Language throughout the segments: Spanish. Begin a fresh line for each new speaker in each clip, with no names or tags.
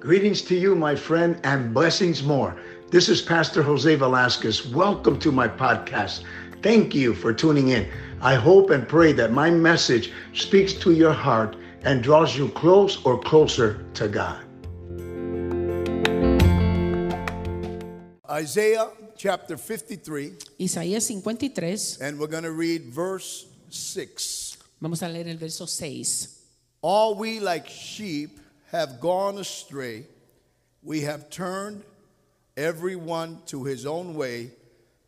Greetings to you, my friend, and blessings more. This is Pastor Jose Velasquez. Welcome to my podcast. Thank you for tuning in. I hope and pray that my message speaks to your heart and draws you close or closer to God.
Isaiah chapter 53,
Isaías 53,
and we're going to read verse 6.
vamos a leer el verso 6.
All we like sheep have gone astray. We have turned everyone to his own way,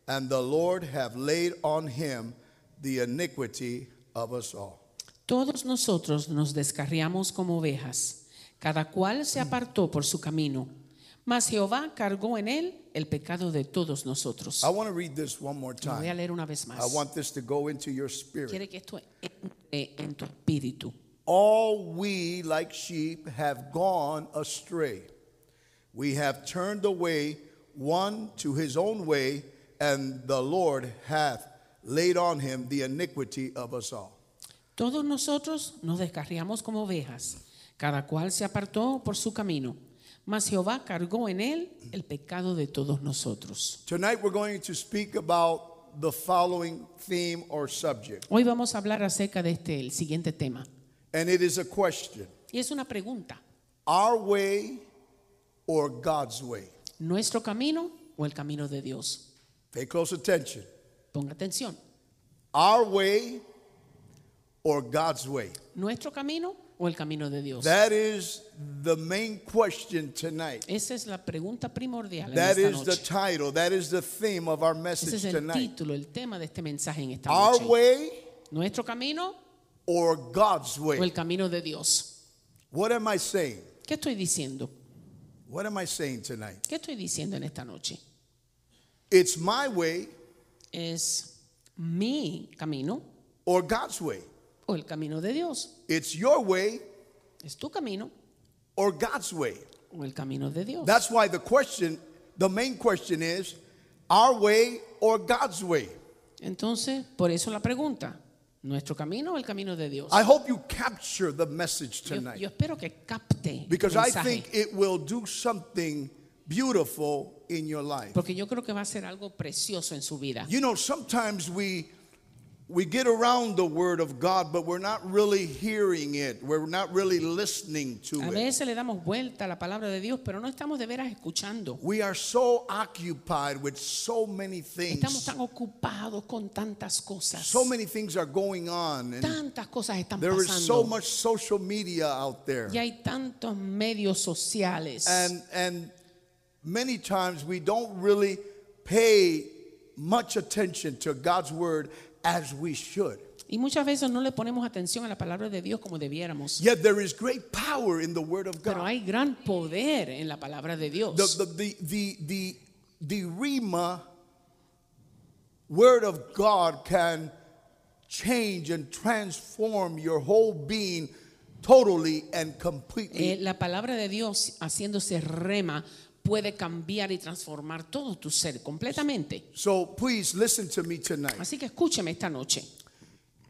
and the Lord have laid on him the iniquity of us all.
Todos nosotros nos descarriamos como ovejas, cada cual se apartó por su camino, mas Jehová cargó en él el pecado de todos nosotros.
I want to read this one more
Lo voy a
time.
leer una vez más.
I want this to go into your spirit.
Quiere que esto entre en tu espíritu.
All we like sheep have gone astray. We have turned away one to his own way, and the Lord hath laid on him the iniquity of us all.
Todos nosotros nos descarriamos como ovejas, cada cual se apartó por su camino, mas Jehová cargó en él el pecado de todos nosotros.
Tonight we're going to speak about the following theme or subject,
Hoy vamos a hablar acerca de este, el siguiente tema.
and it is a question
Y es una pregunta.
Our way or God's way?
¿Nuestro camino o el camino de Dios?
Pay close attention.
Ponga atención.
Our way or God's way?
¿Nuestro camino o el camino de Dios?
That is the main question tonight.
Esa es la pregunta primordial en
That
esta
is the
noche.
title. That is the theme of our
Ese es
message
el
tonight.
título, el tema de este mensaje en esta
Our
noche.
way
¿Nuestro camino
or God's
o el
way.
camino de Dios?
What am I saying?
¿Qué estoy diciendo?
What am I saying tonight?
¿Qué estoy diciendo en esta noche?
It's my way
¿Es mi camino
or God's way.
o el camino de Dios?
It's your way
¿Es tu camino
or God's way.
o el camino de Dios?
That's why the question, the main question is our way or God's way.
Entonces, por eso la pregunta, ¿nuestro camino o el camino de Dios?
I hope you capture the message
Yo, yo
tonight
espero que capte el
because I
mensaje,
think it will do something beautiful in your life.
porque yo creo que va a ser algo precioso en su vida.
You know, sometimes we we get around the word of God, but we're not really hearing it. We're not really listening to
A
it.
veces le damos vuelta a la palabra de Dios, pero no estamos de veras escuchando.
We are so occupied with so many
Estamos
things.
tan ocupados con tantas cosas.
So many things are going on, and
tantas cosas están
there is so
pasando.
much social media out there,
Y hay tantos medios sociales.
and and many times we don't really pay much attention to God's word as we should.
y muchas veces no le ponemos atención a la palabra de Dios como debiéramos.
Yet there is great power in the word of God.
Pero hay gran poder en la palabra de Dios.
the the the the the, the Rima word of God can change and transform your whole being totally and completely.
Eh, la palabra de Dios haciéndose rema puede cambiar y transformar todo tu ser completamente.
so please listen to me tonight.
Así que escúcheme esta noche.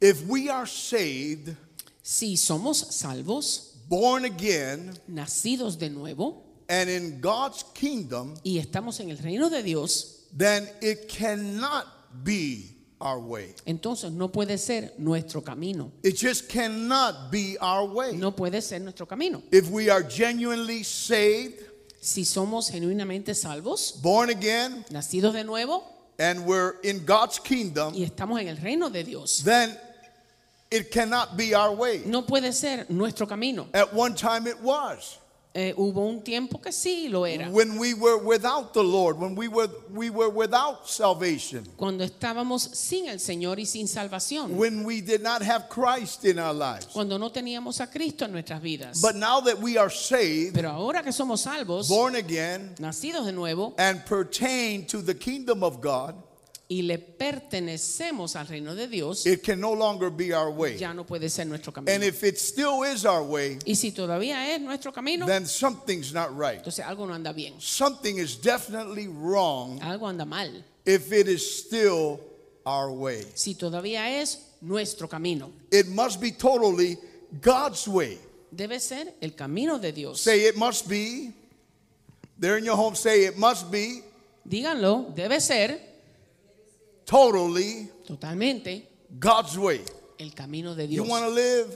If we are saved,
Si somos salvos,
born again,
nacidos de nuevo
and in God's kingdom,
y estamos en el reino de Dios,
then it cannot be our way.
entonces no puede ser nuestro camino.
It just cannot be our way.
No puede ser nuestro camino.
If we are genuinely saved,
Si somos genuinamente salvos,
born again,
nacidos de nuevo
and we're in God's kingdom,
y estamos en el reino de Dios,
then it cannot be our way.
no puede ser nuestro camino.
At one time it was.
Eh, hubo un tiempo que sí lo era.
When we were without the Lord, when we were we were without salvation,
cuando estábamos sin el Señor y sin salvación,
when we did not have Christ in our lives.
cuando no teníamos a Cristo en nuestras vidas.
But now that we are saved,
Pero ahora que somos salvos,
born again,
nacidos de nuevo
and pertain to the kingdom of God,
y le pertenecemos al reino de Dios,
it can no longer be our way.
ya no puede ser nuestro
And
camino.
if it still is our way,
Y si todavía es nuestro camino,
then something's not right.
entonces algo no anda bien,
Something is definitely wrong
algo anda mal.
if it is still our way.
Si todavía es nuestro camino,
It must be totally God's way.
debe ser el camino de Dios.
Say it must be There in your home, say it must be
Díganlo, debe ser
totally
totalmente
God's way.
el camino de
You
Dios.
want to live?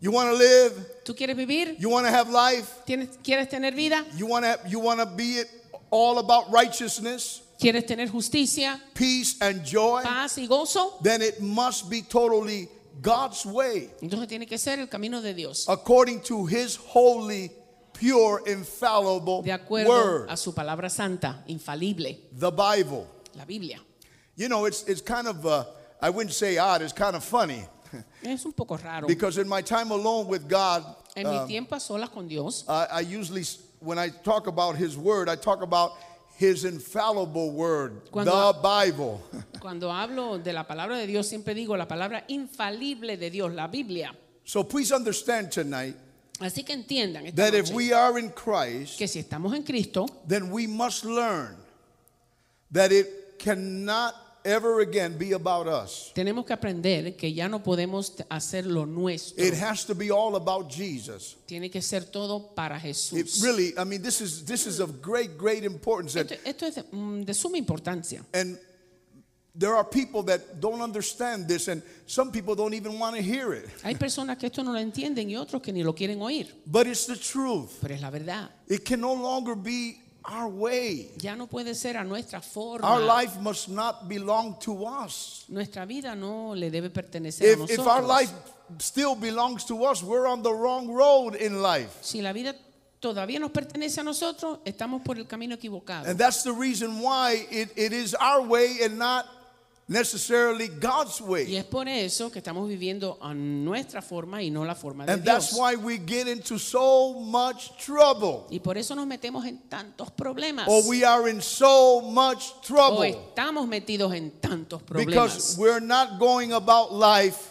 You want to live?
¿Tú quieres vivir?
You want to have life?
¿Tienes- ¿Quieres tener vida?
You want to you want to be it all about righteousness,
¿Quieres tener justicia,
peace and joy?
paz y gozo?
Then it must be totally God's way,
Entonces tiene que ser el camino de Dios,
according to his holy, pure, infallible
de acuerdo
word,
a su palabra santa, infalible,
the Bible.
la Biblia.
You know, it's it's kind of uh, I wouldn't say odd, it's kind of funny.
Es un poco raro.
Because um, in my time alone with God, uh,
En mi tiempo a solas con Dios,
I, I usually, when I talk about His Word, I talk about His infallible Word,
Cuando-
the Bible.
cuando hablo de la palabra de Dios, siempre digo la palabra infalible de Dios, la Biblia.
So please understand tonight
Así que entiendan esta
that if
noche
we are in Christ,
que si estamos en Cristo,
then we must learn that it cannot ever again be about us.
tenemos que aprender que ya no podemos t- hacer lo nuestro.
It has to be all about Jesus.
Tiene que ser todo para
It
Jesús.
really, I mean, this is this is of great, great importance.
Esto,
That,
esto es de, mm, de suma importancia.
and there are people that don't understand this, and some people don't even want to hear it.
Hay personas que esto no lo entienden y otros que ni lo quieren oír,
But it's the truth.
pero es la verdad.
It can no longer be our way.
Ya no puede ser a nuestra
Our
forma.
life must not belong to us.
Nuestra vida no le debe pertenecer a
If, if our
nosotros.
life still belongs to us, we're on the wrong road in life.
Si la vida todavía nos pertenece a nosotros, estamos por el camino equivocado.
And that's the reason why it, it is our way and not necessarily God's
Y
way.
es por eso que estamos viviendo a nuestra forma y no la forma de
And that's
Dios.
why we get into so much trouble.
Y por eso nos metemos en tantos problemas.
Or we are in so much
O
trouble
estamos metidos en tantos
because
problemas.
we're not going about life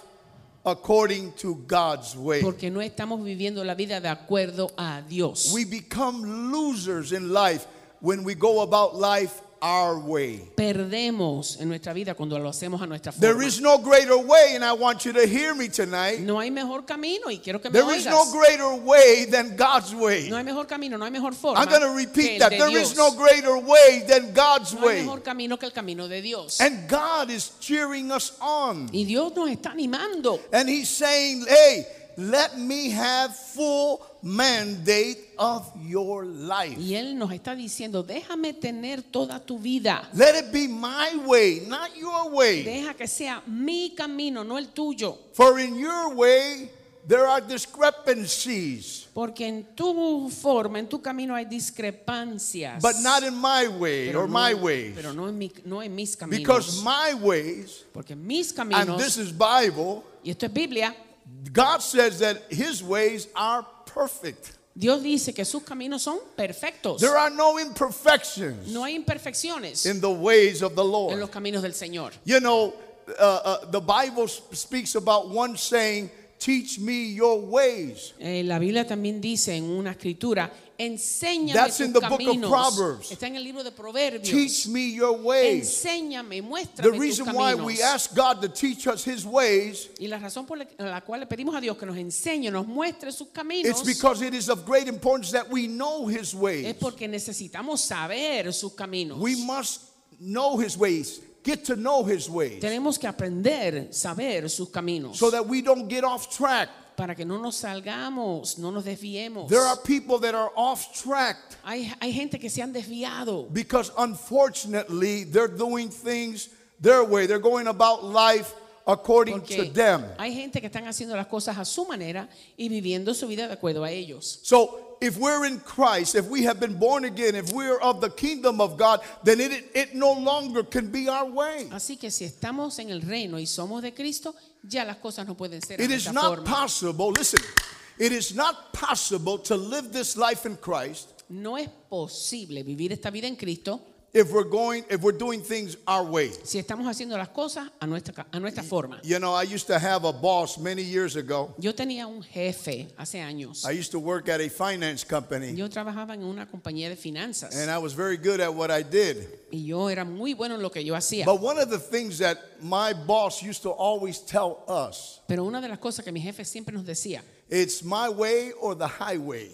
according to God's way.
Porque no estamos viviendo la vida de acuerdo a Dios.
We become losers in life when we go about life our way.
Perdemos en nuestra vida cuando lo hacemos a nuestra
There
forma.
is no greater way, and I want you to hear me tonight.
No hay mejor camino y quiero que me
There is no
oigas.
greater way than God's way.
No hay mejor camino, no hay mejor forma.
I'm going to
que
repeat
el
that.
de
There
Dios.
is no greater way than God's
No hay
way.
mejor camino que el camino de Dios.
And God is cheering us on.
Y Dios nos está animando.
And He's saying, hey, let me have full mandate of your life.
Y Él nos está diciendo, déjame tener toda tu vida.
Let it be my way, not your way.
Deja que sea mi camino, no el tuyo.
For in your way there are discrepancies,
Porque en tu forma, en tu camino hay discrepancias.
but not in my way
pero
or
no-
my ways.
Pero no en, mi- no en mis caminos.
Because my ways,
porque mis
and this
caminos,
is Bible,
y esto es Biblia,
God says that his ways are perfect.
Dios dice que sus caminos son perfectos.
There are no imperfections
No hay imperfecciones
in the ways of the
en los
Lord.
caminos del Señor.
You know, uh, uh, the Bible sp- speaks about one saying, Teach me your ways.
Eh, la Biblia también dice en una escritura, enséñame
That's
tus
in the book of
caminos.
Proverbs.
Está en el libro de Proverbios.
Teach me your ways.
Enséñame,
The
muéstrame tus
reason why
caminos.
we ask God to teach us his ways
y la razón por la- la cual le pedimos a Dios que nos enseñe, nos muestre sus
It's
caminos,
because it is of great importance that we know his ways.
es porque necesitamos saber sus caminos.
We must know his ways, get to know his ways,
Tenemos que aprender, saber sus caminos,
so that we don't get off track.
para que no nos salgamos, no nos desviemos.
There are people that are off track
hay, hay gente que se han desviado
because unfortunately they're doing things their way. They're going about life according to
porque
them.
hay gente que están haciendo las cosas a su manera y viviendo su vida de acuerdo a ellos.
So if we're in Christ, if we have been born again, if we're of the kingdom of God, then it, it no longer can be our way.
Así que si estamos en el reino y somos de Cristo, ya las cosas no pueden ser
It
de
is
esta
not
forma.
possible, listen, it is not possible to live this life in Christ
No es posible vivir esta vida en Cristo
if we're going, if we're doing things our way.
si estamos haciendo las cosas a nuestra, ca- a nuestra forma.
You know, I used to have a boss many years ago.
Yo tenía un jefe hace años.
I used to work at a finance company
Yo trabajaba en una compañía de finanzas
and I was very good at what I did.
y yo era muy bueno en lo que yo hacía.
But one of the things that my boss used to always tell us,
Pero una de las cosas que mi jefe siempre nos decía
it's my way or the highway.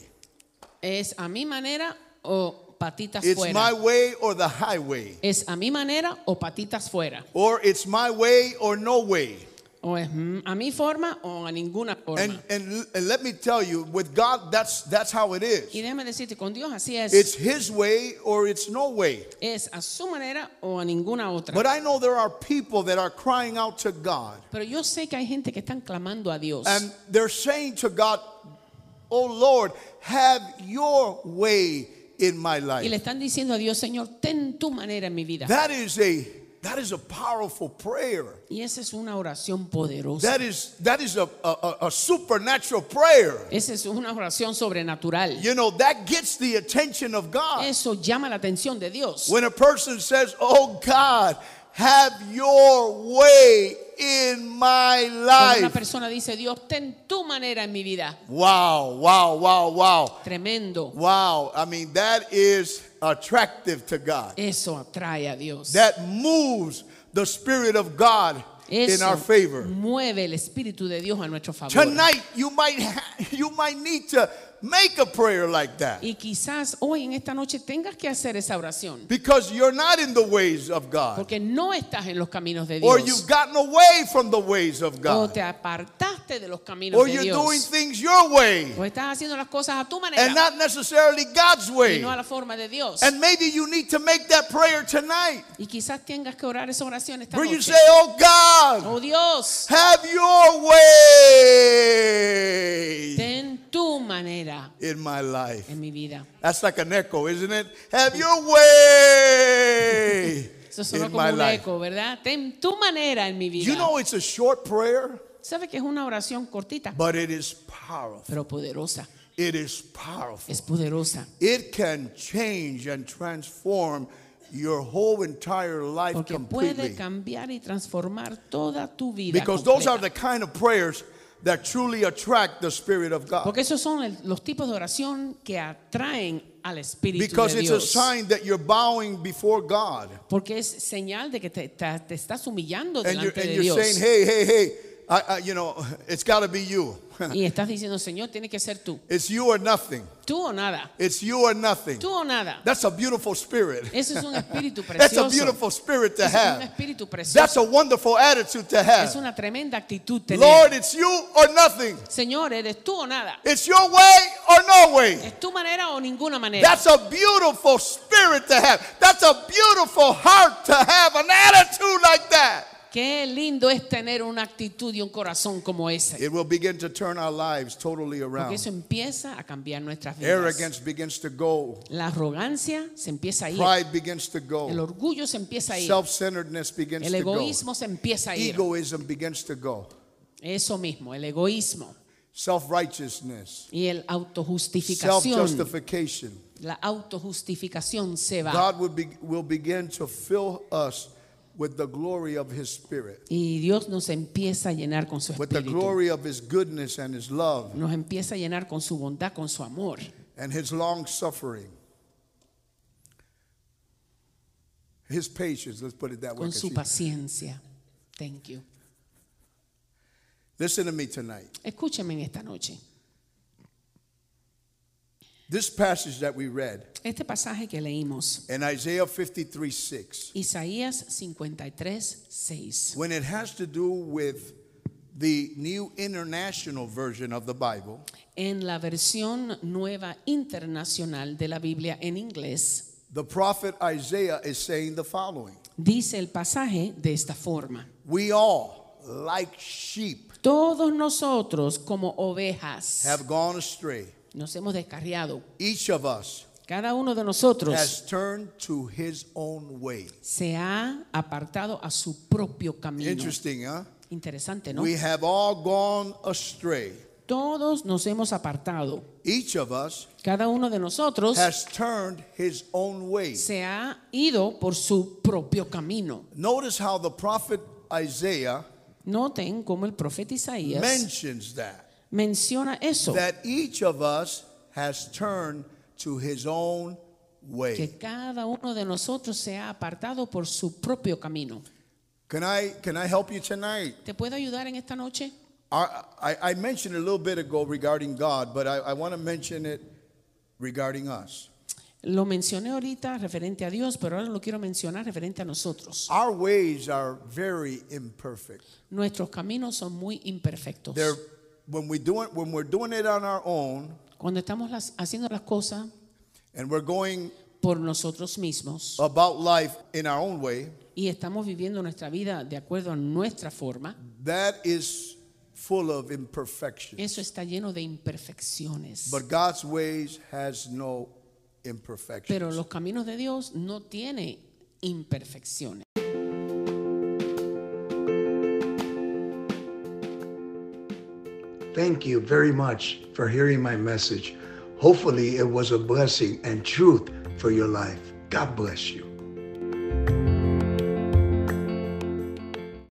es a mi manera o patitas
It's my
fuera.
way or the highway,
Es a mi manera o patitas fuera.
or it's my way or no way.
O es mm, a mi forma o a ninguna forma.
And, and, and let me tell you, with God, that's, that's how it
y
is.
déjame decirte, con Dios así es.
It's His way or it's no way.
es a su manera o a ninguna otra.
But I know there are people that are crying out to God,
Pero yo sé que hay gente que están clamando a Dios.
and they're saying to God, Oh Lord, have your way in my
y le
life.
están diciendo a Dios, Señor, ten tu manera en mi vida.
That is a that is a powerful prayer.
y esa es una oración poderosa.
That is that is a, a, a- a supernatural prayer.
Esa es una oración sobrenatural.
You know, that gets the attention of God.
Eso llama la atención de Dios.
When a person says, Oh God, have your way in my
Cuando una
life.
persona dice, Dios, ten tu manera en mi vida.
Wow, wow, wow, wow.
Tremendo.
Wow. I mean, that is attractive to God.
Eso atrae a Dios.
That moves the Spirit of God in
Eso Mm.
our favor.
mueve el Espíritu de Dios a nuestro favor.
Tonight, you might, ha- you might need to make a prayer like that
Y quizás hoy en esta noche tengas que hacer esa oración.
because you're not in the ways of God
Porque no estás en los caminos de
or
Dios.
you've gotten away from the ways of
O
God.
te apartaste de los caminos
or
de
you're
Dios.
doing things your way
o estás haciendo las cosas a tu manera
and not necessarily God's
y
way.
no a la forma de Dios.
And maybe you need to make that prayer tonight
y quizás tengas que orar esa oración esta
where you
noche.
say, Oh God,
oh Dios,
have your way
ten tu manera
in my life.
en mi vida.
That's like an echo, isn't it? Have your way
Eso sonó
in
como
my
un
life.
eco, ¿verdad? Ten tu manera en mi vida.
You know, it's a short prayer,
Sabe que es una oración cortita,
but it is powerful.
pero poderosa.
It is powerful.
Es poderosa.
It can change and transform your whole entire life
Porque puede
completely.
cambiar y transformar toda tu vida.
Because those are
completa.
the kind of prayers that truly attract the Spirit of God.
Porque esos son el- los tipos de oración que atraen al Espíritu
Because
de
it's a
Dios.
sign that you're bowing before God.
Porque es señal de que te, te- te estás humillando
And you're,
delante
and
de
you're
Dios.
saying, hey, hey, hey, I, I, you know, it's got to be you.
y estás diciendo, Señor, tiene que ser tú.
It's you or nothing.
Tú o nada.
It's you or nothing.
Tú o nada.
That's a beautiful spirit.
Eso es un espíritu
That's
precioso.
a beautiful spirit to
Eso es un
have.
espíritu precioso.
That's a wonderful attitude to
es
have.
una tremenda actitud tener.
Lord, it's you or nothing.
Señor, eres tú o nada.
It's your way or no way.
Es tu manera o ninguna manera.
That's a beautiful spirit to have. That's a beautiful heart to have an attitude like that.
Qué lindo es tener una actitud y un corazón como ese.
It will begin to turn our lives totally
Porque
around.
eso empieza a cambiar nuestras vidas.
Arrogance begins to go,
La arrogancia se empieza a ir.
pride begins to
El
go,
orgullo se empieza a ir.
self centeredness begins
El
to go,
egoísmo se empieza a ir.
egoism begins to go,
Eso mismo, el egoísmo
self righteousness,
y el
self
autojustificación.
justification.
La autojustificación se va.
God will, be, will begin to fill us with the glory of His Spirit,
Y Dios nos empieza a llenar con su
with the
espíritu.
glory of His goodness and His love
Nos empieza a llenar con su bondad, con su amor.
and His long suffering. His patience, let's put it that way.
Con su
'cause
paciencia. Thank you.
he- Listen to me tonight.
Escúcheme en esta noche.
This passage that we read
Este pasaje que leímos,
in Isaiah 53 6,
Isaías 53, 6.
when it has to do with the new international version of the Bible,
En la versión nueva internacional de la Biblia en inglés,
the prophet Isaiah is saying the following
dice el pasaje de esta forma.
We all, like sheep,
Todos nosotros como ovejas
have gone astray.
nos hemos descarriado.
Each of us
Cada uno de nosotros
has turned to his own way.
se ha apartado a su propio camino.
Interesting, huh?
Interesante, ¿no?
We have all gone astray.
Todos nos hemos apartado.
Each of us
Cada uno de nosotros
has turned his own way.
se ha ido por su propio camino.
Notice how the prophet Isaiah
Noten cómo el profeta Isaías
mentions that
menciona eso,
that each of us has turned to his own way.
que cada uno de nosotros se ha apartado por su propio camino.
Can I can I help you tonight?
¿Te puedo ayudar en esta noche?
I, I, I mentioned a little bit ago regarding God, but I, I want to mention it regarding us.
Lo mencioné ahorita referente a Dios, pero ahora lo quiero mencionar referente a nosotros.
Our ways are very imperfect.
Nuestros caminos son muy imperfectos.
They're, when, we do it, when we're doing it on our own
Cuando estamos las- haciendo las cosas
and we're going
por nosotros mismos
about life in our own way,
y estamos viviendo nuestra vida de acuerdo a nuestra forma,
that is full of imperfection.
eso está lleno de imperfecciones.
But God's ways has no imperfections.
Pero los caminos de Dios no tienen imperfecciones.
Thank you very much for hearing my message. Hopefully, it was a blessing and truth for your life. God bless you.